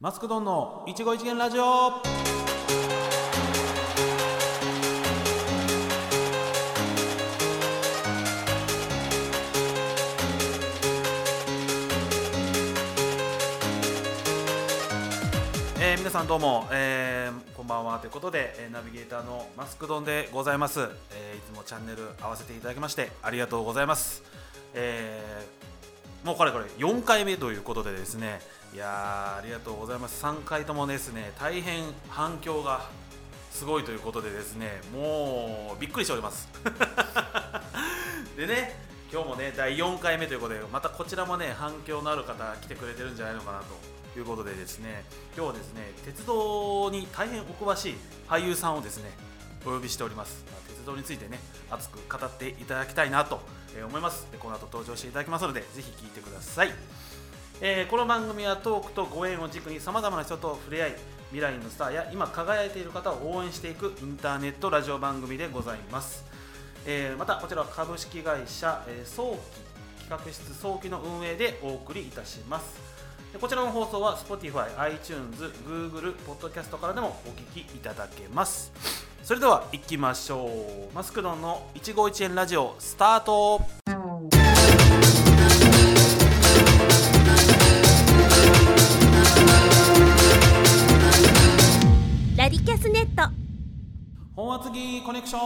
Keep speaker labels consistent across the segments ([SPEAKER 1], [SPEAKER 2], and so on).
[SPEAKER 1] マスクドンの一期一元ラジオ。えー、皆さんどうも、えー、こんばんはということで、えー、ナビゲーターのマスクドンでございます、えー、いつもチャンネル合わせていただきましてありがとうございます、えー、もうこれこれ4回目ということでですねいやーありがとうございます3回ともですね大変反響がすごいということでですねもうびっくりしておりますでね今日もね第4回目ということでまたこちらもね反響のある方来てくれてるんじゃないのかなということでですね今日はですね鉄道に大変お詳しい俳優さんをですねお呼びしております、まあ鉄道についてね熱く語っていただきたいなとえー思いますでこの後登場していただきますのでぜひ聞いてくださいえーこの番組はトークとご縁を軸にさまざまな人と触れ合い未来のスターや今輝いている方を応援していくインターネットラジオ番組でございます、えーまたこちらは株式会社、えー早期企画室早期の運営でお送りいたしますでこちらの放送は Spotify、iTunes、Google、Podcast からでもお聞きいただけますそれでは行きましょうマスクドンの一期一円ラジオスタート
[SPEAKER 2] ラディキャスネット
[SPEAKER 1] 本厚木コネクション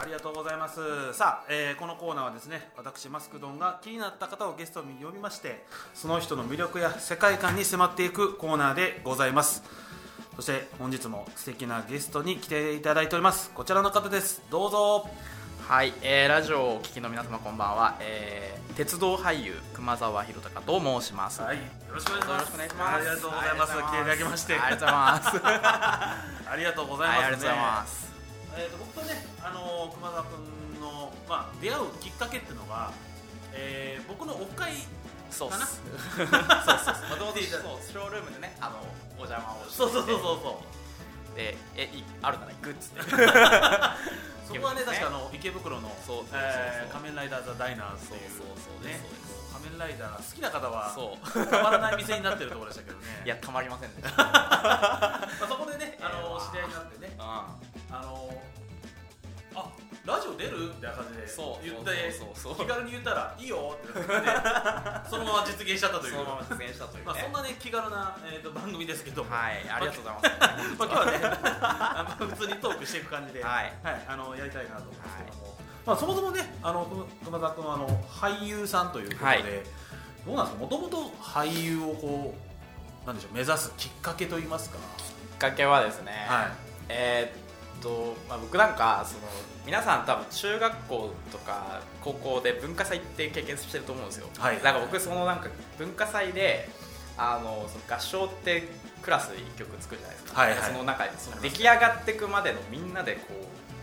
[SPEAKER 1] ありがとうございますさあ、えーこのコーナーはですね私マスクドンが気になった方をゲストに呼びましてその人の魅力や世界観に迫っていくコーナーでございますそして本日も素敵なゲストに来ていただいておりますこちらの方ですどうぞ
[SPEAKER 3] はい、えーラジオをお聞きの皆様こんばんは、えー鉄道俳優熊沢宏隆と申します、
[SPEAKER 1] はい
[SPEAKER 3] よ
[SPEAKER 1] よろしくお願いし
[SPEAKER 3] ろ
[SPEAKER 1] ま
[SPEAKER 3] し
[SPEAKER 1] す
[SPEAKER 3] くお願いします
[SPEAKER 1] ありがとうございます来ていただきまして
[SPEAKER 3] ありが とうございますはい
[SPEAKER 1] ありがとうございます、
[SPEAKER 3] ありがとうございます
[SPEAKER 1] えー、と僕とね、あのー熊沢君の、まあ、出会うきっかけっていうのが、えー僕のオフ会
[SPEAKER 3] そうっ
[SPEAKER 1] かな
[SPEAKER 3] す そうそうそうまあどうぞ
[SPEAKER 1] いいじゃん
[SPEAKER 3] そうショールームでねあのお邪魔をして
[SPEAKER 1] そうそうそうそう
[SPEAKER 3] でえいあるなら行くっつって
[SPEAKER 1] そうそこはね
[SPEAKER 3] 池袋ね
[SPEAKER 1] 確かあの池袋の
[SPEAKER 3] そうそうそうそう
[SPEAKER 1] えー仮面ライダーザダイナーズ」っていう
[SPEAKER 3] そうそうそう
[SPEAKER 1] ね
[SPEAKER 3] そうです
[SPEAKER 1] 仮面ライダー好きな方は
[SPEAKER 3] そう
[SPEAKER 1] たまらない店になってるところでしたけどね
[SPEAKER 3] いやたま りませんね
[SPEAKER 1] まあ、そこでね、あのー
[SPEAKER 3] えー
[SPEAKER 1] 知り合いになってね
[SPEAKER 3] うん
[SPEAKER 1] あのーあラジオ出るみたいな感じで
[SPEAKER 3] そう
[SPEAKER 1] 言って
[SPEAKER 3] そうそうそう
[SPEAKER 1] 気軽に言ったら「いいよ」ってなってそのまま実現しちゃったという
[SPEAKER 3] そのまま実現したというね、
[SPEAKER 1] まあ、そんなね気軽な、えー、と番組ですけど、
[SPEAKER 3] はいありがとうございます
[SPEAKER 1] まあ、今日はねあの普通にトークしていく感じで、
[SPEAKER 3] はい
[SPEAKER 1] あのやりたいなと思うんですけども、まあ、そもそもねあのく熊田君はあの俳優さんということで、
[SPEAKER 3] はい
[SPEAKER 1] どうなんですかもともと俳優をこうなんでしょう目指すきっかけといいますか、
[SPEAKER 3] きっかけはですね、
[SPEAKER 1] はい
[SPEAKER 3] えーっと、まあ、僕なんかその皆さん多分中学校とか高校で文化祭って経験してると思うんですよ、
[SPEAKER 1] はい
[SPEAKER 3] なんか僕そのなんか文化祭であのその合唱ってクラスで1曲作るじゃないですか,、
[SPEAKER 1] はいはい
[SPEAKER 3] そのなんかその出来上がってくまでのみんなでこ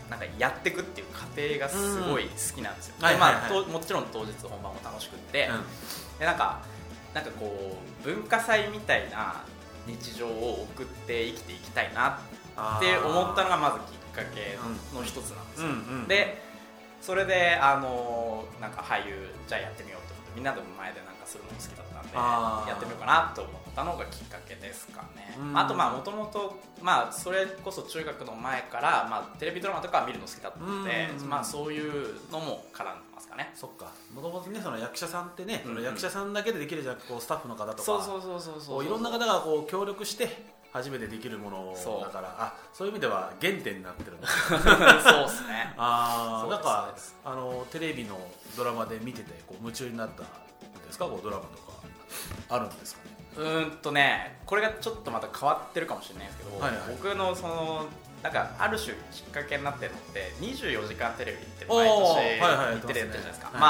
[SPEAKER 3] うなんかやってくっていう過程がすごい好きなんですよ、
[SPEAKER 1] うんはい
[SPEAKER 3] で
[SPEAKER 1] はいはい
[SPEAKER 3] まあ、ともちろん当日本番も楽しくって、
[SPEAKER 1] うん
[SPEAKER 3] でなんかなんかこう文化祭みたいな日常を送って生きていきたいなって思ったのがまずきっかけの一つなんです
[SPEAKER 1] う
[SPEAKER 3] よ、
[SPEAKER 1] んうん
[SPEAKER 3] でそれであのーなんか俳優じゃあやってみようってことでみんなでも前でなんかするのも好きだったん
[SPEAKER 1] あー
[SPEAKER 3] でやってみようかなと思ったのがきっかけですかね
[SPEAKER 1] うん
[SPEAKER 3] あとまあもともとまあそれこそ中学の前からまあテレビドラマとかは見るの好きだったので
[SPEAKER 1] うん
[SPEAKER 3] まあそういうのも絡んでますかね
[SPEAKER 1] そっかもともとねその役者さんってね、
[SPEAKER 3] うんうん
[SPEAKER 1] その役者さんだけでできるじゃなくこうスタッフの方とか
[SPEAKER 3] そうそうそうそうそ
[SPEAKER 1] こ
[SPEAKER 3] う
[SPEAKER 1] ういろんな方がこう協力して初めてできるも
[SPEAKER 3] そ
[SPEAKER 1] の
[SPEAKER 3] う
[SPEAKER 1] だからあそういう意味では原点になってるんだ
[SPEAKER 3] そうっすね。
[SPEAKER 1] ああ
[SPEAKER 3] そう
[SPEAKER 1] なん
[SPEAKER 3] です
[SPEAKER 1] か
[SPEAKER 3] そうです
[SPEAKER 1] あのテレビのドラマで見ててこう夢中になったんですかこうドラマとかあるんですかね
[SPEAKER 3] うーんとね、これがちょっとまた変わってるかもしれないですけど、
[SPEAKER 1] はいはい
[SPEAKER 3] 僕のその、なんかある種きっかけになってるのって、24時間テレビって
[SPEAKER 1] おーは
[SPEAKER 3] 毎
[SPEAKER 1] いはい
[SPEAKER 3] 年日テレやってるじゃない
[SPEAKER 1] や
[SPEAKER 3] ですか。
[SPEAKER 1] ってますね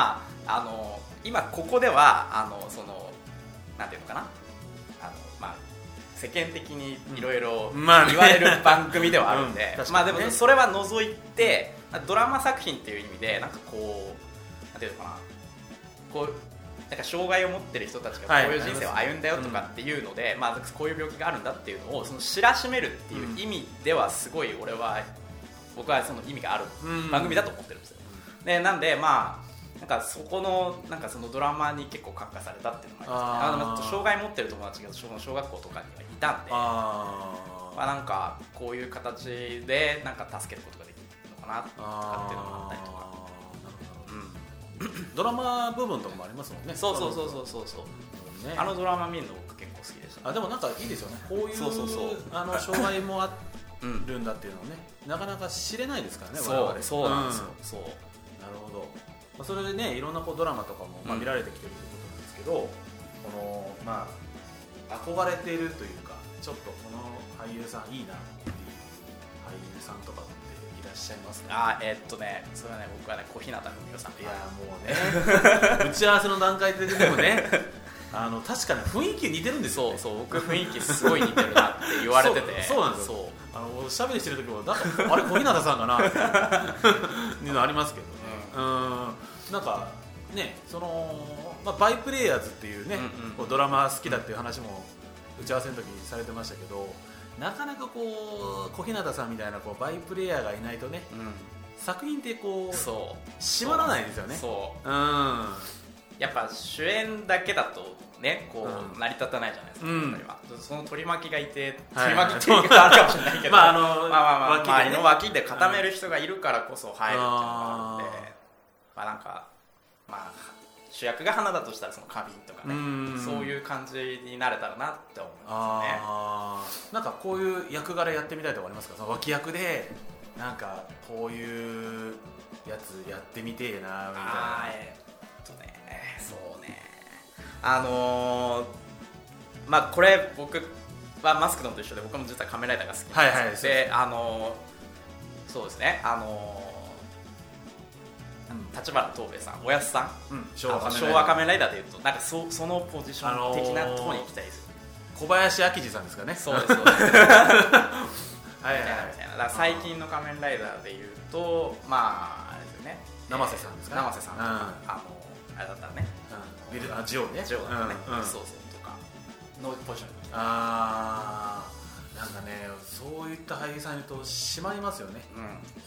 [SPEAKER 3] まあ、あの、今ここでは、あの、その、なんていうのかな、あの、まあ、世間的にいろいろ
[SPEAKER 1] うん
[SPEAKER 3] 言
[SPEAKER 1] まあ
[SPEAKER 3] わ
[SPEAKER 1] ね
[SPEAKER 3] れる番組ではあるんで、
[SPEAKER 1] うん確
[SPEAKER 3] ま
[SPEAKER 1] か
[SPEAKER 3] あ
[SPEAKER 1] にね
[SPEAKER 3] でもそれは除いて、ドラマ作品っていう意味で、なんかこう、なんていうのかな、こうなんか障害を持ってる人たち
[SPEAKER 1] は
[SPEAKER 3] が
[SPEAKER 1] い
[SPEAKER 3] こういう人生を歩んだよとかっていうので、まあ、こういう病気があるんだっていうのをその知らしめるっていう意味ではすごい俺は僕はその意味がある
[SPEAKER 1] うん
[SPEAKER 3] 番組だと思ってるんですよ。でなんでまあなんかそこのなんかそのドラマに結構感化されたっていうのがありま
[SPEAKER 1] あー
[SPEAKER 3] すねあの障害持ってる友達が小小学校とかにはいたんで
[SPEAKER 1] あ
[SPEAKER 3] まあ、なんかこういう形でなんか助けることができるのかなとかっていうのもあったりとか、
[SPEAKER 1] ドラマ部分とかもありますもん
[SPEAKER 3] う
[SPEAKER 1] ね
[SPEAKER 3] ん、そうそうそうそうそうそう
[SPEAKER 1] ね
[SPEAKER 3] あのドラマ見るの僕結構好きでした、
[SPEAKER 1] あでもなんかいいですよねこういう
[SPEAKER 3] そうそうそう
[SPEAKER 1] あの障害もあ
[SPEAKER 3] うん、
[SPEAKER 1] るんだっていうのをねなかなか知れないですからね我
[SPEAKER 3] そ
[SPEAKER 1] 々
[SPEAKER 3] うそうなんですよ、
[SPEAKER 1] う
[SPEAKER 3] そう
[SPEAKER 1] なるほど、まあ、それでねいろんなこうドラマとかも、まあ、
[SPEAKER 3] うん
[SPEAKER 1] 見られてきてるということなんですけど、このまあ憧れているというかちょっとこの俳優さんいいなっていう俳優さんとかっていらっしゃいますか
[SPEAKER 3] あーえーっとねそれはね僕はね小日向文世さん
[SPEAKER 1] いやもう ね打ち合わせの段階ででもねあの確かに雰囲気似てるんですよ、ね、
[SPEAKER 3] そうそう僕雰囲気すごい似てるなって言われてて
[SPEAKER 1] そうそうなんですよあのおしゃべりしてる時もなんかあれ小日向さんかなっていういうのありますけどねうんなんかねその、まあ、バイプレイヤーズっていうね、
[SPEAKER 3] うんうん
[SPEAKER 1] こうドラマ好きだっていう話も打ち合わせの時にされてましたけどなかなかこう小日向さんみたいなこうバイプレイヤーがいないとね
[SPEAKER 3] そう,、うん
[SPEAKER 1] 作品ってこう
[SPEAKER 3] そう
[SPEAKER 1] 締まらないですよね
[SPEAKER 3] そう
[SPEAKER 1] うん
[SPEAKER 3] やっぱ主演だけだとねこう、
[SPEAKER 1] うん
[SPEAKER 3] 成り立たないじゃないですか、
[SPEAKER 1] うん
[SPEAKER 3] やっぱりはその取り巻きがいて
[SPEAKER 1] は
[SPEAKER 3] 取
[SPEAKER 1] い
[SPEAKER 3] り巻きっていう言い方あるかもしれないけ ど
[SPEAKER 1] まああの
[SPEAKER 3] まあまあまあ、
[SPEAKER 1] 脇でね
[SPEAKER 3] 周りの脇で固める人がいるからこそ入るっていうのがあって
[SPEAKER 1] うん
[SPEAKER 3] まあなんかまあ主役が花だとしたらその花瓶とかね
[SPEAKER 1] うん
[SPEAKER 3] そういう感じになれたらなって思いますね
[SPEAKER 1] あーなんかこういう役柄やってみたいとかありますかその脇役でなんかこういうやつやってみてえなみ
[SPEAKER 3] あ
[SPEAKER 1] た
[SPEAKER 3] ー
[SPEAKER 1] い
[SPEAKER 3] えーっとねそうねあのー、まあこれ僕はマスクドンと一緒で僕も実は仮面ライダーが好きなん
[SPEAKER 1] はいはい
[SPEAKER 3] です
[SPEAKER 1] そう
[SPEAKER 3] よ
[SPEAKER 1] で
[SPEAKER 3] であのー、そうですねあのー、立花東兵衛さんおやすさん
[SPEAKER 1] な、うん、
[SPEAKER 3] 昭和
[SPEAKER 1] ライダー
[SPEAKER 3] 仮面ライダーでいうとなんかそそのポジション的なとこに行きたいですよね、
[SPEAKER 1] 小林明治さんですかね
[SPEAKER 3] そうですそう です
[SPEAKER 1] はいは
[SPEAKER 3] み
[SPEAKER 1] い
[SPEAKER 3] たいなみたいなだから最近の仮面ライダーでいうとまああれですよね
[SPEAKER 1] 生瀬さんですかね
[SPEAKER 3] 生瀬さんとか、あのあれだったらね
[SPEAKER 1] うん、うん、ビルあジオね
[SPEAKER 3] ジョーだったらね、
[SPEAKER 1] うんうん、
[SPEAKER 3] そうそうとかのポジションに行きたい
[SPEAKER 1] あーなんかねそういった俳優さんいると締まりますよね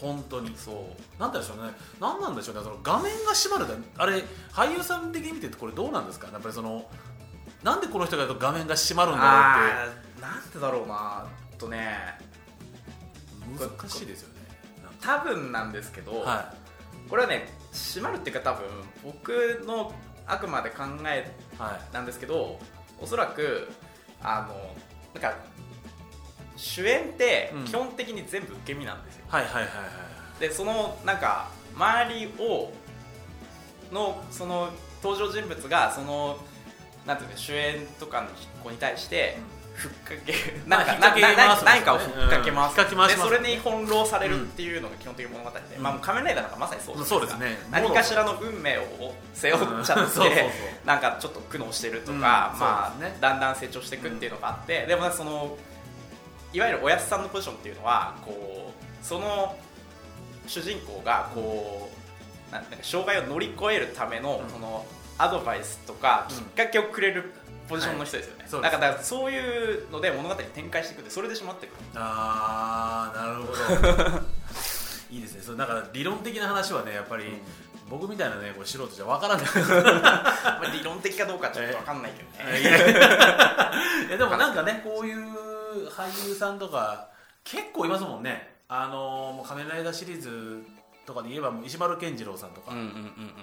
[SPEAKER 3] う
[SPEAKER 1] 本当に
[SPEAKER 3] んそう
[SPEAKER 1] なんでしょうね、なんなんでしょうね、その画面が閉まるだ、あれ、俳優さん的に見てて、これどうなんですか、やっぱりその、なんでこの人がやると画面が閉まるんだ
[SPEAKER 3] あーなんてだろうなえっとね
[SPEAKER 1] ろうって、難しいですよね、なん
[SPEAKER 3] 多分なんですけど、
[SPEAKER 1] かは
[SPEAKER 3] これはね閉まるっていうか多分僕のあくまで考え
[SPEAKER 1] い、はい、
[SPEAKER 3] なんですけどおそらくあのなんか主演って
[SPEAKER 1] うん
[SPEAKER 3] 基本的に全部受け身なんですよ、
[SPEAKER 1] はい、はい、はい、はい、
[SPEAKER 3] でそのなんか周りをのその登場人物がそのなんていうか主演とかの子に対してふっかけ、
[SPEAKER 1] まあ
[SPEAKER 3] なんか
[SPEAKER 1] 引っ掛け
[SPEAKER 3] なな
[SPEAKER 1] 回すんですよね
[SPEAKER 3] 何かをふっかけます、
[SPEAKER 1] うん引っ掛け回し
[SPEAKER 3] で
[SPEAKER 1] ます
[SPEAKER 3] それに翻弄されるっていうのが基本的に物語で、
[SPEAKER 1] うん
[SPEAKER 3] まあ、もう仮面ライダーなんかまさにそうじゃない
[SPEAKER 1] そうですね
[SPEAKER 3] か何かしらの運命を背負っちゃって、
[SPEAKER 1] うんそうそうそう
[SPEAKER 3] なんかちょっと苦悩してるとか、
[SPEAKER 1] うん
[SPEAKER 3] まあ
[SPEAKER 1] そうですね
[SPEAKER 3] だんだん成長していくっていうのがあって、でもそのいわゆるおやすさんのポジションっていうのはこうその主人公がこうなんなんか障害を乗り越えるための,、
[SPEAKER 1] うん
[SPEAKER 3] そのアドバイスとか
[SPEAKER 1] うん
[SPEAKER 3] きっかけをくれるポジションの人ですよね、
[SPEAKER 1] いそうで
[SPEAKER 3] だ
[SPEAKER 1] す
[SPEAKER 3] からだからそういうので物語展開していくってそれでしまって くる
[SPEAKER 1] あー、なるほ ど、いいですね、それだから理論的な話はね、やっぱり、
[SPEAKER 3] うん
[SPEAKER 1] 僕みたいなね、こう素人じゃわ からない。
[SPEAKER 3] まあ理論的かどうかちょっと分かんないけどね、
[SPEAKER 1] いやいやでもなんかねこういう俳優さんとか結構いますもんねあのもう仮面ライダーシリーズとかで言えばもう石丸健二郎さんとか、
[SPEAKER 3] うんうんうんうん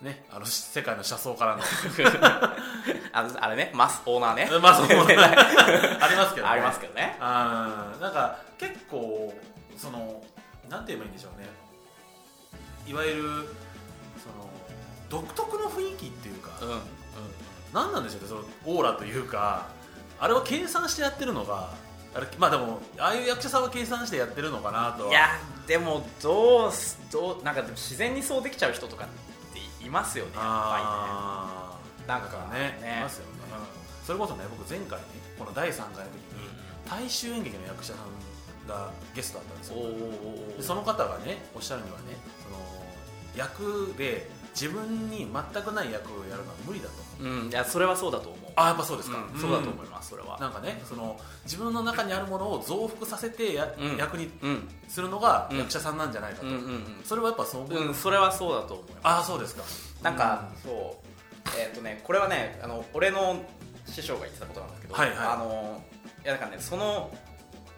[SPEAKER 1] ねあの世界の車窓からの
[SPEAKER 3] あのあれねマスオーナーね
[SPEAKER 1] まあそうありますけど、ね、
[SPEAKER 3] ありますけどね
[SPEAKER 1] あーなんか結構そのなんて言えばいいんでしょうねいわゆるその独特の雰囲気っていうか、
[SPEAKER 3] うんうん
[SPEAKER 1] 何なんでしょうねそのオーラというかあれは計算してやってるのがあれまあでもああいう役者さんは計算してやってるのかなとはい
[SPEAKER 3] やでもどうすどうなんかでも自然にそうできちゃう人とかっていますよねやっぱ
[SPEAKER 1] あ
[SPEAKER 3] りねなん
[SPEAKER 1] ー
[SPEAKER 3] か
[SPEAKER 1] ね
[SPEAKER 3] ね
[SPEAKER 1] いますよね、それこそね僕前回ねこの第3回の時
[SPEAKER 3] うん
[SPEAKER 1] に大衆演劇の役者さんがゲストだったんです
[SPEAKER 3] おー
[SPEAKER 1] よ
[SPEAKER 3] お
[SPEAKER 1] で
[SPEAKER 3] ーおー
[SPEAKER 1] その方がねおっしゃるにはねその役で自分に全くない役をやるのは無理だと
[SPEAKER 3] うんいやそれはそうだと思う
[SPEAKER 1] あやっぱそうですか、
[SPEAKER 3] うんそうだと思いますそれは
[SPEAKER 1] なんかねその自分の中にあるものを増幅させてや、
[SPEAKER 3] うん
[SPEAKER 1] 役に
[SPEAKER 3] うん
[SPEAKER 1] するのが
[SPEAKER 3] うん
[SPEAKER 1] 役者さんなんじゃないか
[SPEAKER 3] う
[SPEAKER 1] と、
[SPEAKER 3] んうん
[SPEAKER 1] それはやっぱそう思う、
[SPEAKER 3] うんうんそれはそうだと思います
[SPEAKER 1] ああそうですか
[SPEAKER 3] なんか、そうえっ、とねこれはねあの俺の師匠が言ってたことなんですけど、
[SPEAKER 1] はいはい
[SPEAKER 3] あのいやだからねその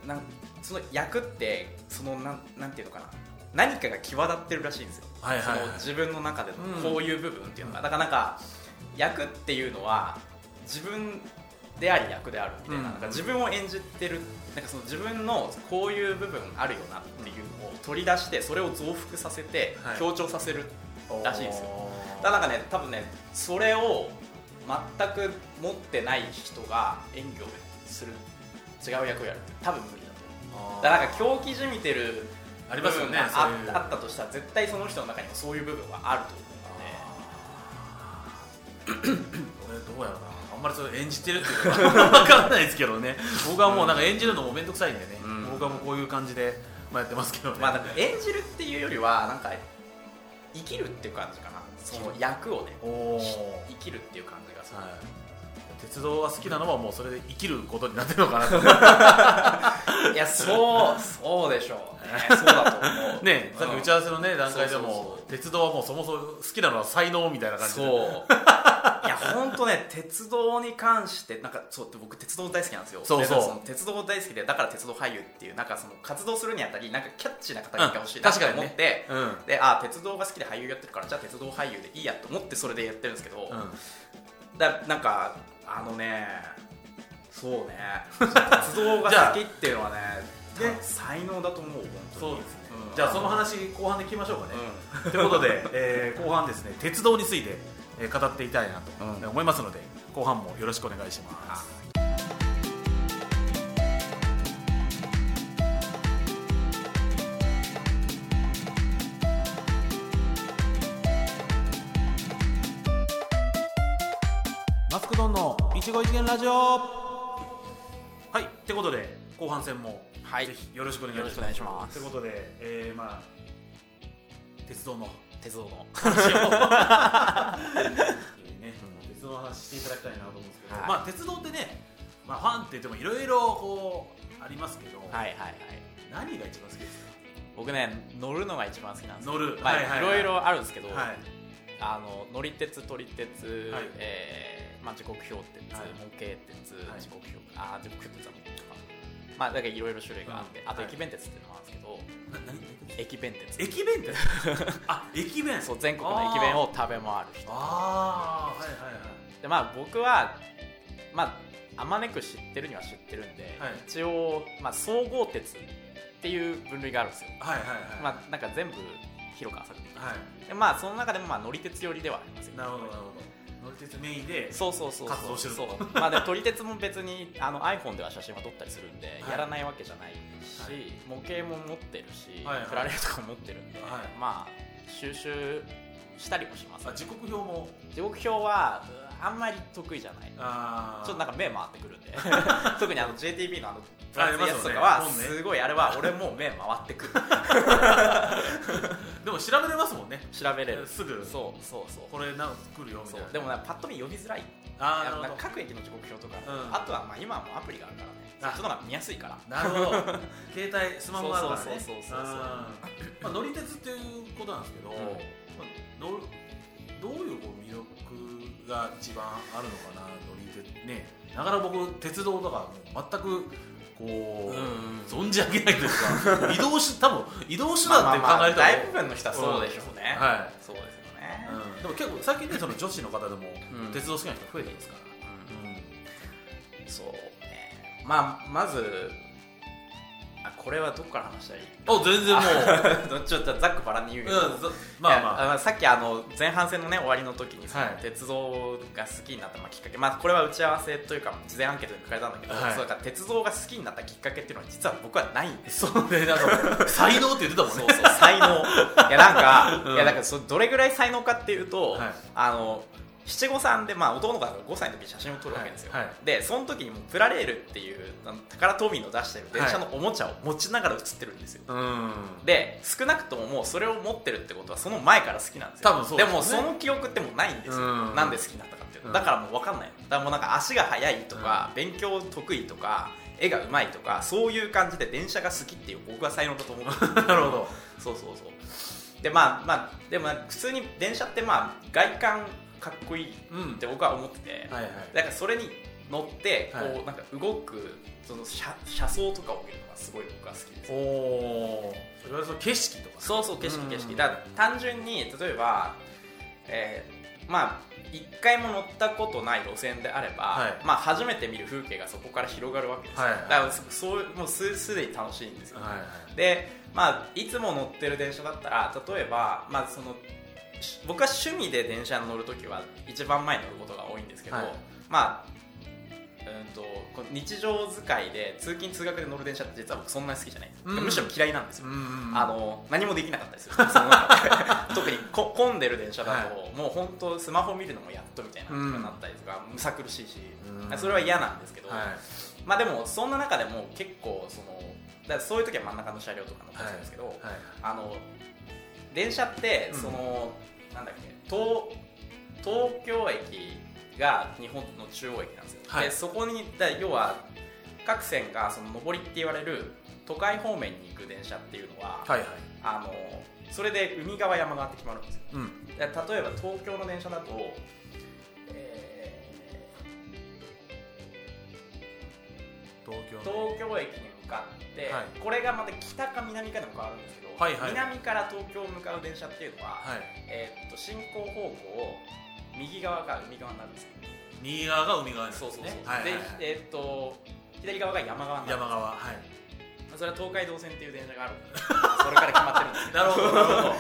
[SPEAKER 3] なんその役ってそのなんなんていうのかな何かが際立ってるらしいんですよ、
[SPEAKER 1] はいはいはい
[SPEAKER 3] その自分の中で
[SPEAKER 1] うん
[SPEAKER 3] のこういう部分っていうのが、だからなんか役っていうのは自分であり役であるみたいな,、
[SPEAKER 1] うん
[SPEAKER 3] なんか自分を演じてるなんかその自分のこういう部分あるよなっていうのを取り出してそれを増幅させて
[SPEAKER 1] はい
[SPEAKER 3] 強調させるらしいんですよ、
[SPEAKER 1] おー
[SPEAKER 3] だからなんかね多分ねそれを全く持ってない人が演技をする違う役をやるって多分無理だと思うだからなんか狂気じみてる
[SPEAKER 1] ありますよね
[SPEAKER 3] 部分が
[SPEAKER 1] そういう
[SPEAKER 3] ああったとしたら絶対その人の中にもそういう部分はあると思
[SPEAKER 1] 俺どうやろうなあんまりそれ演じてるっていうのは分かんないですけど ね僕はもうなんか演じるのも面倒くさいんでね、
[SPEAKER 3] うん
[SPEAKER 1] 僕はもうこういう感じで、まあ、やってますけどね、
[SPEAKER 3] うんで、まあ、なんか演じるっていうよりはなんか生きるっていう感じかなその役をね
[SPEAKER 1] おおー、
[SPEAKER 3] 生きるっていう感じがする、
[SPEAKER 1] はい、鉄道が好きなのはもうそれで生きることになってるのかな と
[SPEAKER 3] い、やそうそうでしょうね そうだと思う
[SPEAKER 1] ねさっき打ち合わせのね段階でも
[SPEAKER 3] そうそうそう
[SPEAKER 1] 鉄道はもうそもそも好きなのは才能みたいな感じで
[SPEAKER 3] そういや本当ね鉄道に関してなんかそう僕鉄道大好きなんですよ
[SPEAKER 1] そうそう
[SPEAKER 3] でなんかの鉄道大好きでだから鉄道俳優っていうなんかその活動するにあたりなんかキャッチーな方がいてほしいな
[SPEAKER 1] うん
[SPEAKER 3] と
[SPEAKER 1] 確かにね
[SPEAKER 3] 思って、
[SPEAKER 1] うん、うん
[SPEAKER 3] であ鉄道が好きで俳優やってるからじゃあ鉄道俳優でいいやと思ってそれでやってるんですけど、だなんかあのねそうね 鉄道が好きっていうのはね
[SPEAKER 1] じゃあ
[SPEAKER 3] 多分才能だと思う本当
[SPEAKER 1] そう
[SPEAKER 3] に
[SPEAKER 1] ですね、
[SPEAKER 3] うん
[SPEAKER 1] じゃあその話後半で聞きましょうかね、
[SPEAKER 3] う
[SPEAKER 1] ということで、えー後半ですね鉄道について、えー語っていきたいな
[SPEAKER 3] うん
[SPEAKER 1] と思いますので、後半もよろしくお願いします。マスクドンの一期一元ラジオはいってことで後半戦も
[SPEAKER 3] んはい
[SPEAKER 1] ぜひよろしくお願いし
[SPEAKER 3] よ
[SPEAKER 1] ま
[SPEAKER 3] ろし
[SPEAKER 1] す
[SPEAKER 3] くお願いします
[SPEAKER 1] ということで、えー、まあ鉄道の
[SPEAKER 3] 鉄道の
[SPEAKER 1] 話をね鉄道の話していただきたいなと思うんですけど、
[SPEAKER 3] はい
[SPEAKER 1] まあ鉄道ってね、まあファンって言ってもいろいろこうありますけど、
[SPEAKER 3] はいはいはい
[SPEAKER 1] 何が一番好きですか？
[SPEAKER 3] 僕ね乗るのが一番好きなんですよ
[SPEAKER 1] 乗る
[SPEAKER 3] まあ、
[SPEAKER 1] はい
[SPEAKER 3] い
[SPEAKER 1] はいはい
[SPEAKER 3] ろいろあるんですけど、
[SPEAKER 1] はい
[SPEAKER 3] あの乗り鉄、撮り鉄、
[SPEAKER 1] はい
[SPEAKER 3] えーまあ、時刻表鉄、
[SPEAKER 1] はい
[SPEAKER 3] 模型鉄、
[SPEAKER 1] はい
[SPEAKER 3] 時刻表、あー時刻表鉄はもうか、まあ、だからいろいろ種類があって、
[SPEAKER 1] うん
[SPEAKER 3] あと
[SPEAKER 1] はい
[SPEAKER 3] 駅弁鉄っていうのもあるんですけど、
[SPEAKER 1] な何
[SPEAKER 3] 駅弁鉄
[SPEAKER 1] 駅弁って あ駅弁
[SPEAKER 3] そう、全国の駅弁を食べ回る人、
[SPEAKER 1] ああはいはいはい
[SPEAKER 3] でまあ、僕は、まあ、あまねく知ってるには知ってるんで、
[SPEAKER 1] はい
[SPEAKER 3] 一応、まあ、総合鉄っていう分類があるんですよ、
[SPEAKER 1] はいはいはい、
[SPEAKER 3] まあ、なんか全部広く浅くできる
[SPEAKER 1] は
[SPEAKER 3] でまあその中でもまあ乗り鉄寄りではありますよ
[SPEAKER 1] いなるほどなるほど乗り鉄メインで
[SPEAKER 3] そうそうそうそう
[SPEAKER 1] 活動してると
[SPEAKER 3] そうまあでも撮り鉄も別にあの iPhone では写真は撮ったりするんで、
[SPEAKER 1] はい
[SPEAKER 3] やらないわけじゃないし、
[SPEAKER 1] はい
[SPEAKER 3] 模型も持ってるし、
[SPEAKER 1] はいはい
[SPEAKER 3] プラレールとかも持ってるんで、
[SPEAKER 1] はい
[SPEAKER 3] まあ収集したりもします、
[SPEAKER 1] あ時刻表も
[SPEAKER 3] 時刻表はうんあんまり得意じゃないち
[SPEAKER 1] あ
[SPEAKER 3] ょ
[SPEAKER 1] ー
[SPEAKER 3] っとなんか目回ってくる んで特にあの JTB のあのプ
[SPEAKER 1] あ
[SPEAKER 3] ラ
[SPEAKER 1] り
[SPEAKER 3] ス
[SPEAKER 1] ます
[SPEAKER 3] のや
[SPEAKER 1] よね
[SPEAKER 3] つとかは
[SPEAKER 1] 本ね
[SPEAKER 3] すごいあれは俺もう目回ってくる
[SPEAKER 1] でも調べれますもんね
[SPEAKER 3] 調べれ る
[SPEAKER 1] すぐ
[SPEAKER 3] そうそうそう
[SPEAKER 1] これなん来るよみ
[SPEAKER 3] そ
[SPEAKER 1] たいな
[SPEAKER 3] うでもねパッと見読みづらい
[SPEAKER 1] あ
[SPEAKER 3] い
[SPEAKER 1] あ
[SPEAKER 3] や
[SPEAKER 1] な
[SPEAKER 3] な
[SPEAKER 1] るほ
[SPEAKER 3] んか各駅の時刻表とか、
[SPEAKER 1] うん
[SPEAKER 3] あとはまあ今はもうアプリがあるからね
[SPEAKER 1] あ
[SPEAKER 3] そっちの方が見やすいから
[SPEAKER 1] どなるほど 携帯スマホがあるからね
[SPEAKER 3] そうそうそうそうそう
[SPEAKER 1] あーまあ乗り鉄っていうことなんですけど、
[SPEAKER 3] うん
[SPEAKER 1] まあ、乗るどういうこう魅力が一番あるのかな乗り鉄ねなかなか僕鉄道とかもう全くこう、
[SPEAKER 3] ん
[SPEAKER 1] 存じ上げないというか 移動し多分移動手段って考えると、
[SPEAKER 3] 大部分の人はそうでしょうね、
[SPEAKER 1] はい
[SPEAKER 3] そうですよね、
[SPEAKER 1] うんでも結構最近ねその女子の方でも
[SPEAKER 3] うん
[SPEAKER 1] 鉄道好きな人増えてますから、
[SPEAKER 3] うんそうねまあまずあこれはどこから話したらいい
[SPEAKER 1] お全然も
[SPEAKER 3] うちょっとざっくばらんに言うけど、
[SPEAKER 1] う、うん、ざまあまあ
[SPEAKER 3] いやさっきあの前半戦のね終わりの時にその
[SPEAKER 1] はい
[SPEAKER 3] 鉄道が好きになったまあきっかけ、まあ、これは打ち合わせというか事前アンケートに書かれたんだけど、
[SPEAKER 1] はい
[SPEAKER 3] そうだから鉄道が好きになったきっかけっていうのは実は僕はないんです
[SPEAKER 1] そうねなんか才能って言ってたもん
[SPEAKER 3] そ
[SPEAKER 1] ね
[SPEAKER 3] うそう才能いやなんか、
[SPEAKER 1] うん
[SPEAKER 3] いやなんかそどれぐらい才能かっていうと、
[SPEAKER 1] はい
[SPEAKER 3] あの七五三で、まあ、男の子が5歳の時に写真を撮るわけですよ、
[SPEAKER 1] はいはい
[SPEAKER 3] でその時にもうプラレールっていうあの宝トミーの出してる電車のおもちゃを持ちながら写ってるんですよ、
[SPEAKER 1] うん
[SPEAKER 3] で少なくとももうそれを持ってるってことはその前から好きなんですよ
[SPEAKER 1] 多分そうですね
[SPEAKER 3] もその記憶ってもうないんですよ、
[SPEAKER 1] うん
[SPEAKER 3] なんで好きになったかっていう
[SPEAKER 1] う
[SPEAKER 3] の
[SPEAKER 1] ん
[SPEAKER 3] だからもう分かんないだからもうなんか足が速いとか、勉強得意とか絵がうまい とかそういう感じで電車が好きっていう僕は才能だと思う
[SPEAKER 1] なるほど
[SPEAKER 3] そうそうそうでまあまあでもなんか普通に電車ってまあ外観かっこいいっ
[SPEAKER 1] うん
[SPEAKER 3] て僕は思ってて、
[SPEAKER 1] はいはい
[SPEAKER 3] だからそれに乗ってこう、
[SPEAKER 1] はい
[SPEAKER 3] なんか動くその車車窓とかを見るのがすごい僕は好きです
[SPEAKER 1] おおいわゆるその景色とか
[SPEAKER 3] そうそう景
[SPEAKER 1] う
[SPEAKER 3] 色
[SPEAKER 1] ん
[SPEAKER 3] 景色だから単純に例えば、えーまあ一回も乗ったことない路線であれば、
[SPEAKER 1] はい
[SPEAKER 3] まあ、初めて見る風景がそこから広がるわけですよ、
[SPEAKER 1] はいはい
[SPEAKER 3] だからそそうもうすすでに楽しいんですよ、ね
[SPEAKER 1] はいは
[SPEAKER 3] で、まあ、いつも乗ってる電車だったら例えば、まあ、そのし僕は趣味で電車に乗るときは一番前に乗ることが多いんですけど、
[SPEAKER 1] はい
[SPEAKER 3] まあうんとこう日常使いで通勤通学で乗る電車って実は僕そんなに好きじゃない、
[SPEAKER 1] うん
[SPEAKER 3] むしろ嫌いなんですよ、
[SPEAKER 1] うん
[SPEAKER 3] あの何もできなかったですよ、その中で 特にこ混んでる電車だと、もう本当、スマホ見るのもやっとみたいな
[SPEAKER 1] うん
[SPEAKER 3] になったりとか、むさ苦しいし
[SPEAKER 1] うん、
[SPEAKER 3] それは嫌なんですけど、
[SPEAKER 1] はい
[SPEAKER 3] まあでも、そんな中でも結構その、だからそういう時は真ん中の車両とか乗ってるんですけど、
[SPEAKER 1] はい
[SPEAKER 3] あの電車って、
[SPEAKER 1] うん
[SPEAKER 3] その、なんだっけ東、東京駅が日本の中央駅なんですよ。
[SPEAKER 1] はい
[SPEAKER 3] でそこにだ要は各線がその上りって言われる都会方面に行く電車っていうのは、
[SPEAKER 1] はいはい
[SPEAKER 3] あのそれで海側山側って決まるんですよ
[SPEAKER 1] うん
[SPEAKER 3] で例えば東京の電車だと、え
[SPEAKER 1] 東京
[SPEAKER 3] ー
[SPEAKER 1] の
[SPEAKER 3] 東京駅に向かって、
[SPEAKER 1] はい
[SPEAKER 3] これがまた北か南かでも変わるんですけど、
[SPEAKER 1] はいはい
[SPEAKER 3] 南から東京に向かう電車っていうのは、
[SPEAKER 1] はい
[SPEAKER 3] えーっと進行方向を右側が海側になるんですよ、
[SPEAKER 1] 右側が海側なんです
[SPEAKER 3] そうそうそう、
[SPEAKER 1] ねはいはいはい
[SPEAKER 3] でえーっと左側が山側になる
[SPEAKER 1] 山側はい
[SPEAKER 3] それは東海道線っていう電車があ るんですけどそれから決まってるんですけ
[SPEAKER 1] なる ほどなるほど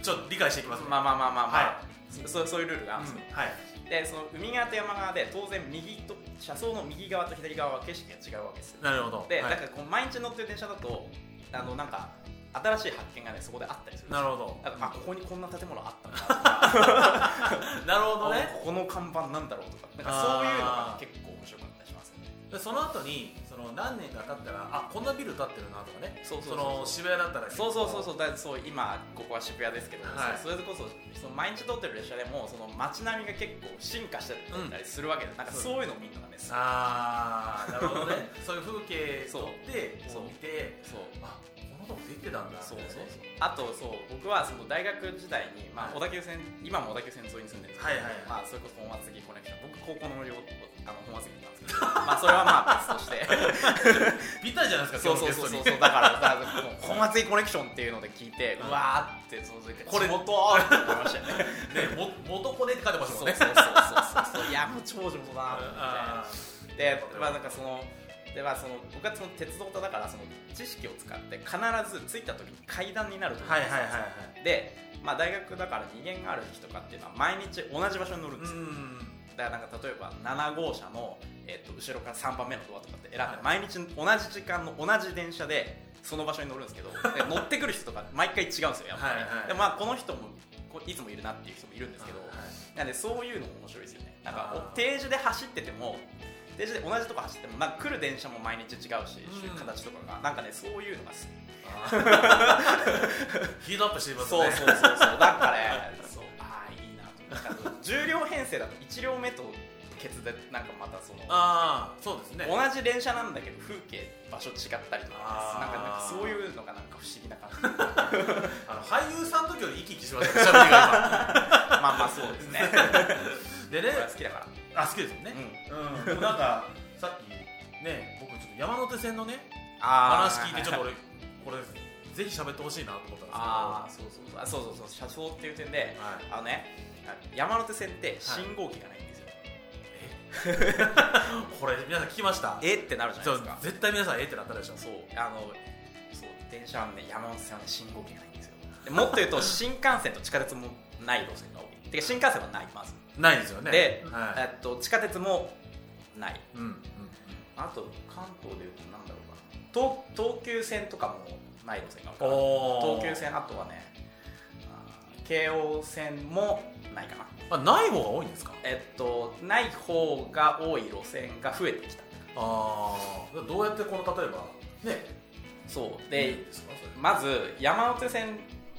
[SPEAKER 1] ちょっと理解していきます
[SPEAKER 3] まあまあまあまあまあ、
[SPEAKER 1] は
[SPEAKER 3] そそういうルールがあ
[SPEAKER 1] う
[SPEAKER 3] る
[SPEAKER 1] ん
[SPEAKER 3] んですけど、
[SPEAKER 1] はい
[SPEAKER 3] でその海側と山側で当然右と車窓の右側と左側は景色が違うわけですよ
[SPEAKER 1] なるほど
[SPEAKER 3] で、
[SPEAKER 1] はい
[SPEAKER 3] だからこう毎日乗ってる電車だとあのなんか新しい発見がねそこであったりするんです
[SPEAKER 1] なる
[SPEAKER 3] よ
[SPEAKER 1] ほど
[SPEAKER 3] だからあここにこんな建物あったんだと
[SPEAKER 1] なるほ
[SPEAKER 3] か、
[SPEAKER 1] どね
[SPEAKER 3] ここの看板なんだろうとかなんかそういうのが
[SPEAKER 1] あー
[SPEAKER 3] 結構面白かったりしますよね
[SPEAKER 1] でその後にその何年か経ったらあこんなビル建ってるなとかね
[SPEAKER 3] そうそうそう
[SPEAKER 1] の渋谷だったら
[SPEAKER 3] そうそうそう
[SPEAKER 1] う
[SPEAKER 3] そうだからそう今ここは渋谷ですけど、
[SPEAKER 1] はい
[SPEAKER 3] それこそその毎日乗ってる列車でもその街並みが結構進化してたりするわけで、なんかそういうのを見るのがねすごい
[SPEAKER 1] ああなるほどね そういう風景
[SPEAKER 3] そう
[SPEAKER 1] 撮って
[SPEAKER 3] そう
[SPEAKER 1] こう見て
[SPEAKER 3] そう
[SPEAKER 1] あこのとこできてたんだ
[SPEAKER 3] そう
[SPEAKER 1] み
[SPEAKER 3] そう
[SPEAKER 1] たい
[SPEAKER 3] そ
[SPEAKER 1] な
[SPEAKER 3] う
[SPEAKER 1] ね
[SPEAKER 3] あとそう僕はその大学時代に、ま
[SPEAKER 1] は
[SPEAKER 3] あ、
[SPEAKER 1] い
[SPEAKER 3] 小田急線今も小田急線沿いに住んでるんですけど、
[SPEAKER 1] はいはいはい
[SPEAKER 3] まあ、それこそ本厚木コネクション僕高校の両あの本厚木なんですけどまあそれはまあ別と して
[SPEAKER 1] ぴったりじゃないですか
[SPEAKER 3] そう
[SPEAKER 1] 今
[SPEAKER 3] そうそう
[SPEAKER 1] 日の
[SPEAKER 3] そ
[SPEAKER 1] ゲス
[SPEAKER 3] う
[SPEAKER 1] トに
[SPEAKER 3] だからだからもう本厚木コネクションっていうので聞いて
[SPEAKER 1] うん
[SPEAKER 3] うわーってその時
[SPEAKER 1] これ
[SPEAKER 3] 地元って思いましたよね
[SPEAKER 1] ねも元コネって書いてま
[SPEAKER 3] そう
[SPEAKER 1] す
[SPEAKER 3] そ
[SPEAKER 1] もんね
[SPEAKER 3] うそうそうそうそういやもう超地元だなと思って。
[SPEAKER 1] あ
[SPEAKER 3] で、まあ、なんかそのでまあ、その僕はその鉄道家だからその知識を使って必ず着いた時に階段になると
[SPEAKER 1] ー
[SPEAKER 3] 思うん
[SPEAKER 1] はい
[SPEAKER 3] で
[SPEAKER 1] はいはいは
[SPEAKER 3] すよで、まあ、大学だから2限がある日とかっていうのは毎日同じ場所に乗る
[SPEAKER 1] いう
[SPEAKER 3] んですよ、
[SPEAKER 1] ん
[SPEAKER 3] だからなんか例えば7号車の、えっと後ろから3番目のドアとかって選んで、
[SPEAKER 1] はい
[SPEAKER 3] 毎日同じ時間の同じ電車でその場所に乗るんで すけどで乗ってくる人とか毎回違うんですよやっぱり、
[SPEAKER 1] はいはい
[SPEAKER 3] でまあ、この人もこいつもいるなっていう人もいるんですけど、
[SPEAKER 1] はい
[SPEAKER 3] なんでそういうのも面白いですよねなんか
[SPEAKER 1] あー
[SPEAKER 3] お定時で走ってても定時で同じとこ走ってもなんか来る電車も毎日違うし、
[SPEAKER 1] うん
[SPEAKER 3] 形とかがなんかねそういうのが好き
[SPEAKER 1] ヒートアップしています
[SPEAKER 3] そう
[SPEAKER 1] ね
[SPEAKER 3] そうそうそうなんかねそうああいいなと思って10両編成だと1両目とケツでなんかまたその
[SPEAKER 1] ああそうですね
[SPEAKER 3] 同じ電車なんだけど風景場所違ったりとかなんかなんか
[SPEAKER 1] あー
[SPEAKER 3] そういうのがなんか不思議な感じ
[SPEAKER 1] あの俳優さんの時より生き生きしましたねしゃべりが
[SPEAKER 3] まあまあそうで すね
[SPEAKER 1] 今でね
[SPEAKER 3] 僕は好きだから
[SPEAKER 1] あ好きですよね
[SPEAKER 3] うん
[SPEAKER 1] うん、でもなんかさっきね僕ちょっと山手線のね
[SPEAKER 3] あ
[SPEAKER 1] 話
[SPEAKER 3] ー
[SPEAKER 1] 聞いてちょっと
[SPEAKER 3] はいはい
[SPEAKER 1] 俺これぜひ喋ってほしいなと思ったんですけど
[SPEAKER 3] あーそうそうそうあそうそうそう車窓っていう点で
[SPEAKER 1] はい
[SPEAKER 3] あのね山手線って信号機がないんですよ、
[SPEAKER 1] これ皆さん聞きました
[SPEAKER 3] えってなるじゃない
[SPEAKER 1] そう
[SPEAKER 3] ですか
[SPEAKER 1] 絶対皆さんえってなったでしょ
[SPEAKER 3] そうあのそう電車はね山手線はね信号機がないんですよでもっと言う と新幹線と地下鉄もない路線が多いてか新幹線はないまず、
[SPEAKER 1] ないですよね
[SPEAKER 3] で、
[SPEAKER 1] はい
[SPEAKER 3] えっと、地下鉄もない
[SPEAKER 1] うんうん
[SPEAKER 3] あと関東でいうとなんだろうかな東東急線とかもない路線が多い
[SPEAKER 1] おー
[SPEAKER 3] 東急線あとはねあー京王線もないかな
[SPEAKER 1] あない方が多いんですか
[SPEAKER 3] えっとない方が多い路線が増えてきた
[SPEAKER 1] ああどうやってこの例えばね
[SPEAKER 3] そう
[SPEAKER 1] い
[SPEAKER 3] で、
[SPEAKER 1] いんですかそれ
[SPEAKER 3] まず山手線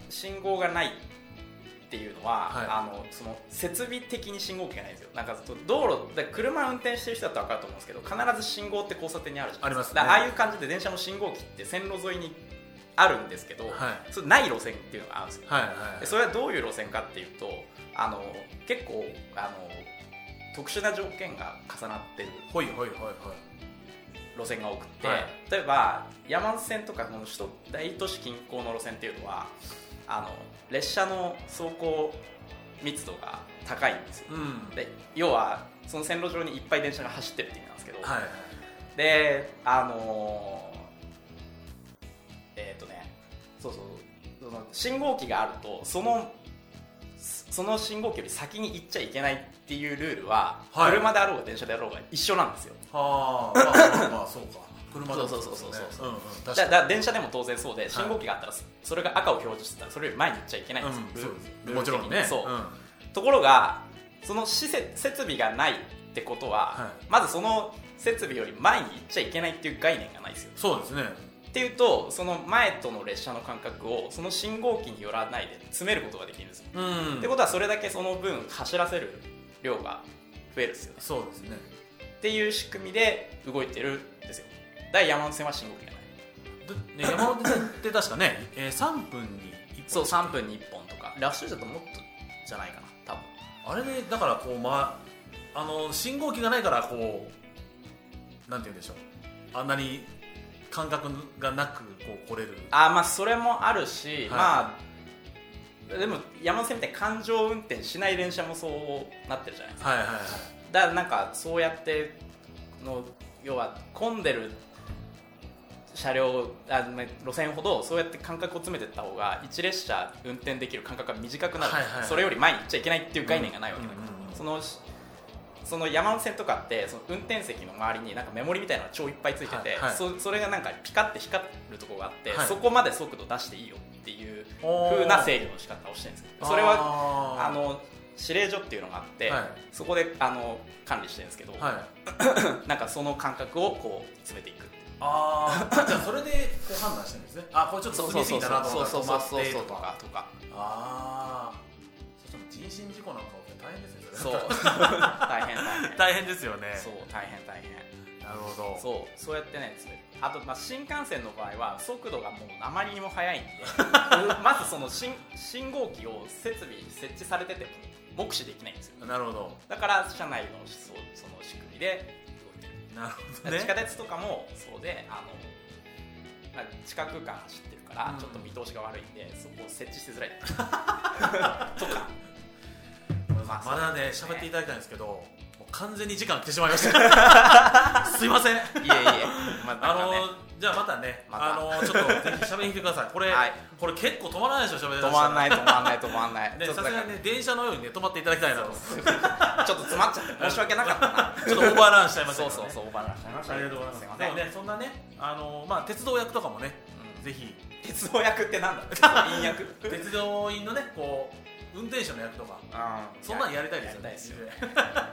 [SPEAKER 3] 信号がないっていうのは、
[SPEAKER 1] はい
[SPEAKER 3] あのその設備的に信号機がないんですよなんかその道路で車運転してる人だと分かると思うんですけど必ず信号って交差点にあるじゃないです
[SPEAKER 1] ありますね
[SPEAKER 3] かだからああいう感じで電車の信号機って線路沿いにあるんですけど、
[SPEAKER 1] はい
[SPEAKER 3] それない路線っていうのがあるんですよ
[SPEAKER 1] はいは
[SPEAKER 3] で
[SPEAKER 1] い
[SPEAKER 3] それはどういう路線かっていうとあの結構あの特殊な条件が重なってる
[SPEAKER 1] ほいほいほいほい
[SPEAKER 3] 路線が多くて、
[SPEAKER 1] はい
[SPEAKER 3] 例えば山手線とかこの首都大都市近郊の路線っていうのはあの列車の走行密度が高いんですよ、
[SPEAKER 1] うん
[SPEAKER 3] で要はその線路上にいっぱい電車が走ってるって意味なんですけど、
[SPEAKER 1] はいはい
[SPEAKER 3] であのーえっ、とねそうそうその信号機があるとそのその信号機より先に行っちゃいけないっていうルールは、
[SPEAKER 1] はい
[SPEAKER 3] 車であろうが電車であろうが一緒なんですよ
[SPEAKER 1] はあまあまあまあそうか車だと
[SPEAKER 3] そうそうそうそうそ
[SPEAKER 1] うんうん確か
[SPEAKER 3] だだ
[SPEAKER 1] に
[SPEAKER 3] から電車でも当然そうで信号機があったらそそれが赤を表示してたらそれより前に行っちゃいけないんですよ、
[SPEAKER 1] うんそう
[SPEAKER 3] ルール
[SPEAKER 1] でもちろんね
[SPEAKER 3] そう、
[SPEAKER 1] ん
[SPEAKER 3] ところがその施設設備がないってことは、
[SPEAKER 1] はい
[SPEAKER 3] まずその設備より前に行っちゃいけないっていう概念がないですよ
[SPEAKER 1] そうですね
[SPEAKER 3] っていうとその前との列車の間隔をその信号機によらないで詰めることができるんですよ、
[SPEAKER 1] うん
[SPEAKER 3] ってことはそれだけその分走らせる量が増えるんですよね
[SPEAKER 1] そうですね
[SPEAKER 3] っていう仕組みで動いてるんですよだから山手線は信号機がない
[SPEAKER 1] でね山手線って確かねえー3分に1本
[SPEAKER 3] そう3分に1本とかラッシュ時だともっとじゃないかな多分
[SPEAKER 1] あれでだからこうまあの信号機がないからこうなんて言うんでしょうあんなに感覚がなくこう来れる
[SPEAKER 3] あーまあそれもあるし、
[SPEAKER 1] い
[SPEAKER 3] まあでも山手線みたいに感情運転しない電車もそうなってるじゃないですか
[SPEAKER 1] はいはいはい
[SPEAKER 3] だからなんかそうやっての要は混んでる車両あね路線ほどそうやって間隔を詰めていった方が1列車運転できる間隔が短くなる、
[SPEAKER 1] はいはいはい
[SPEAKER 3] それより前に行っちゃいけないっていう概念がないわけだから、
[SPEAKER 1] うんうんうん
[SPEAKER 3] そのその山手線とかってその運転席の周りになんかメモリみたいなのが超いっぱいついてて、
[SPEAKER 1] はいはい
[SPEAKER 3] そそれがなんかピカって光るところがあって、
[SPEAKER 1] はい
[SPEAKER 3] そこまで速度出していいよっていう
[SPEAKER 1] おー
[SPEAKER 3] 風な制御の仕方をしてるんですよそれはあ
[SPEAKER 1] は
[SPEAKER 3] の指令所っていうのがあって、
[SPEAKER 1] はい
[SPEAKER 3] そこであの管理してるんですけど、
[SPEAKER 1] はい
[SPEAKER 3] なんかその感覚をこう詰めていくっていう
[SPEAKER 1] あ あじゃあそれでこう判断してるんですねあこれちょっと過ぎすぎたなと思ったら止まって
[SPEAKER 3] そう
[SPEAKER 1] と
[SPEAKER 3] と
[SPEAKER 1] か
[SPEAKER 3] かとか
[SPEAKER 1] ああ人身事故なんか起きて大変ですよね
[SPEAKER 3] そう 大変大変
[SPEAKER 1] 大変ですよね
[SPEAKER 3] そう大変大変
[SPEAKER 1] なるほど
[SPEAKER 3] そうそうやってね詰めるあと、まあ、新幹線の場合は速度がもうあまりにも 速いんでまずその信信号機を設備設置されてて目視できないんですよ
[SPEAKER 1] なるほど
[SPEAKER 3] だから車内のそうその仕組みで動いてる
[SPEAKER 1] なるほど
[SPEAKER 3] 地下
[SPEAKER 1] ね
[SPEAKER 3] 鉄とかもそうであのまあ地下空間走ってるから
[SPEAKER 1] うん
[SPEAKER 3] ちょっと見通しが悪いんで、そこを設置しづらい とかまあ
[SPEAKER 1] まだね
[SPEAKER 3] そうですね
[SPEAKER 1] 喋っていただきたいんですけどもう完全に時間来てしまいました すいません
[SPEAKER 3] いえいえ、まあ
[SPEAKER 1] あ
[SPEAKER 3] なんか
[SPEAKER 1] の
[SPEAKER 3] ね、
[SPEAKER 1] じゃあまたね、
[SPEAKER 3] また
[SPEAKER 1] あのちょっとぜひ喋りに来てください。これ、
[SPEAKER 3] はい
[SPEAKER 1] これ結構止まらないでしょ、喋り。
[SPEAKER 3] 止まんな いい止まんない止まんない、
[SPEAKER 1] ね、
[SPEAKER 3] ちょ
[SPEAKER 1] さす
[SPEAKER 3] っと
[SPEAKER 1] が
[SPEAKER 3] なんか
[SPEAKER 1] にね、電車のようにね、止まっていただきたいなと。
[SPEAKER 3] そうちょっと詰まっちゃって申し訳なかったな
[SPEAKER 1] ちょっとオーバーランしちゃいました
[SPEAKER 3] そ
[SPEAKER 1] けど、
[SPEAKER 3] う
[SPEAKER 1] ね。
[SPEAKER 3] そうそうオーバーランしちゃいました
[SPEAKER 1] あ
[SPEAKER 3] け
[SPEAKER 1] り
[SPEAKER 3] ど
[SPEAKER 1] がとうございます。
[SPEAKER 3] すいま
[SPEAKER 1] で
[SPEAKER 3] せ
[SPEAKER 1] も
[SPEAKER 3] ん
[SPEAKER 1] ね、そんなね、あのまあ鉄道役とかもね、
[SPEAKER 3] うん
[SPEAKER 1] ぜひ
[SPEAKER 3] 鉄道役っ てなんだ鉄道陰役
[SPEAKER 1] 鉄道員のね、こう運転手の役とか、
[SPEAKER 3] うん
[SPEAKER 1] そんなんやりたいですよね。
[SPEAKER 3] やりたいですよ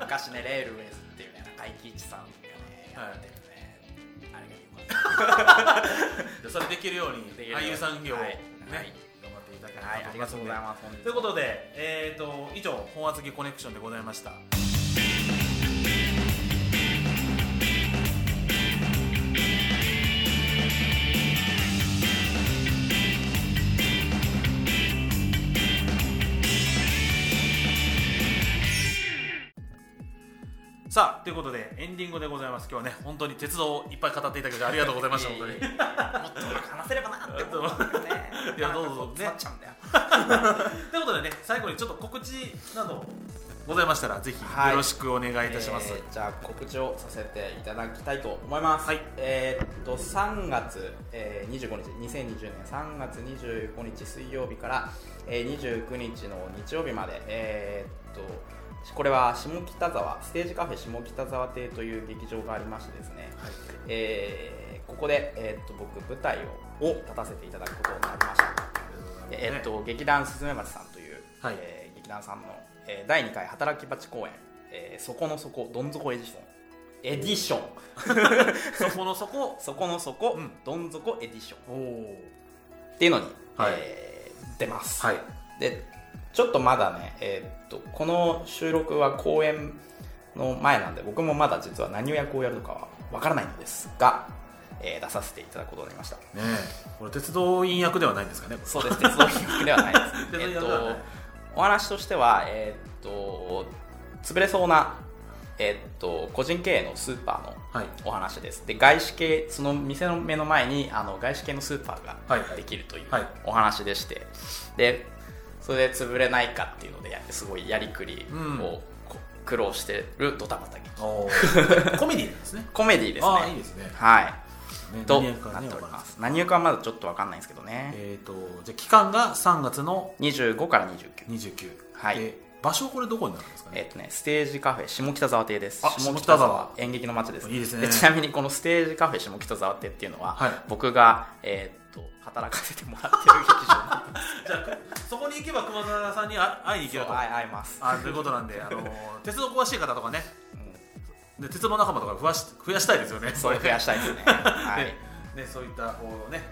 [SPEAKER 3] 昔ねレールウェイズっていうね中井貴一さんがねやってるね、あれが良かった
[SPEAKER 1] でそれできるよう
[SPEAKER 3] でき
[SPEAKER 1] に
[SPEAKER 3] るように
[SPEAKER 1] 俳優さん業をね、
[SPEAKER 3] はいはい
[SPEAKER 1] 頑張っていただき
[SPEAKER 3] はい、ありがとうございます。
[SPEAKER 1] ということで、えー、と以上本厚木コネクションでございましたさあということでエンディングでございます今日はね本当に鉄道をいっぱい語っていただきありがとうございました本当に。
[SPEAKER 3] いえいえいえもっとうまく話せればなって思うんだけどね
[SPEAKER 1] いやどうぞ
[SPEAKER 3] なかなかこ詰まっちゃうんだよ。
[SPEAKER 1] ということでね最後にちょっと告知などございましたらぜひ
[SPEAKER 3] はい
[SPEAKER 1] よろしくお願いいたします、
[SPEAKER 3] えーじゃあ告知をさせていただきたいと思います。
[SPEAKER 1] はい
[SPEAKER 3] えーっと3月、えー、25日、2020年3月25日水曜日から、えー、29日の日曜日まで、えーっとこれは下北沢ステージカフェ下北沢亭という劇場がありましてですね、えーここで、えーっと僕舞台をを立たせていただくことになりました。でえっ と、劇団すずめ丸さんという、
[SPEAKER 1] はい
[SPEAKER 3] えー劇団さんの、えー第2回働き鉢公演、えーそこのそこどん底エディションエディション
[SPEAKER 1] そこのそこ
[SPEAKER 3] そこのそこ、
[SPEAKER 1] うん
[SPEAKER 3] どん底エディション
[SPEAKER 1] おお
[SPEAKER 3] っていうのに、
[SPEAKER 1] はい
[SPEAKER 3] えー出ます、
[SPEAKER 1] はい
[SPEAKER 3] でちょっとまだね、えーっとこの収録は公演の前なんで僕もまだ実は何を役をやるのかはわからないのですが、えー出させていただくことになりました
[SPEAKER 1] ねえこれ鉄道員役ではないんですかねこれ
[SPEAKER 3] そうです鉄道品ではないです
[SPEAKER 1] 鉄道
[SPEAKER 3] え
[SPEAKER 1] 品
[SPEAKER 3] っ
[SPEAKER 1] ではない
[SPEAKER 3] とお話としてはえっと潰れそうなえっと個人経営のスーパーの
[SPEAKER 1] はい
[SPEAKER 3] お話ですで外資系その店の目の前にあの外資系のスーパ
[SPEAKER 1] はい
[SPEAKER 3] ーができるという
[SPEAKER 1] はい
[SPEAKER 3] お話でして、でそれで潰れないかっていうのでやすごいやりくり
[SPEAKER 1] うん
[SPEAKER 3] をこ苦労してるドタバタ劇
[SPEAKER 1] おー コメディなんですね
[SPEAKER 3] コメディですね
[SPEAKER 1] ああいいですね
[SPEAKER 3] はい
[SPEAKER 1] ね
[SPEAKER 3] と
[SPEAKER 1] 何
[SPEAKER 3] なっ
[SPEAKER 1] 役
[SPEAKER 3] てお
[SPEAKER 1] かねわ
[SPEAKER 3] り
[SPEAKER 1] かんない
[SPEAKER 3] ま
[SPEAKER 1] です
[SPEAKER 3] す何役はまだちょっとわかんないんですけどね、
[SPEAKER 1] えっ、とじゃあ期間が3月の
[SPEAKER 3] 25から29
[SPEAKER 1] 29、
[SPEAKER 3] はい
[SPEAKER 1] で場所これどこになるんですかね
[SPEAKER 3] えっとね、ステージカフェ下北沢亭です
[SPEAKER 1] あ下北沢
[SPEAKER 3] 演劇の街です
[SPEAKER 1] いいですね
[SPEAKER 3] ちなみにこのステージカフェ下北沢亭っていうのは、
[SPEAKER 1] はい
[SPEAKER 3] 僕が、えーっと働かせてもらってる劇場に
[SPEAKER 1] じゃあそこに行けば熊沢さんにあ 会いに行けると
[SPEAKER 3] そう会会います、
[SPEAKER 1] あということなんで、あのー鉄道詳しい方とかね
[SPEAKER 3] うん
[SPEAKER 1] で鉄道仲間とか増やし増やしたいですよね
[SPEAKER 3] それ増やしたいですね は
[SPEAKER 1] ね
[SPEAKER 3] い、
[SPEAKER 1] ね、そういったこう、ね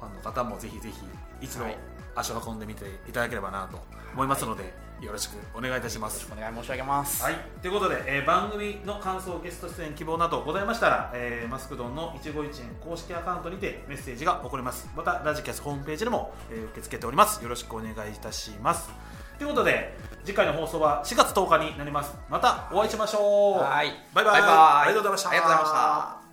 [SPEAKER 1] あのファンの方もぜひぜひ一度
[SPEAKER 3] はい
[SPEAKER 1] 足を運んでみていただければなと思いますので、よろしくお願いいたします。
[SPEAKER 3] お願い申し上げます、
[SPEAKER 1] はい、ということで、えー番組の感想、ゲスト出演希望などございましたら、えーマスクドンの一期一会公式アカウントにてメッセージが送れます。また、ラジキャスホームページでも、えー受け付けております。よろしくお願いいたします。ということで、次回の放送は4月10日になります。またお会いしましょう。
[SPEAKER 3] はい
[SPEAKER 1] バイバイ。
[SPEAKER 3] バイバ
[SPEAKER 1] あ
[SPEAKER 3] イ
[SPEAKER 1] りがとうございました。
[SPEAKER 3] ありがとうございました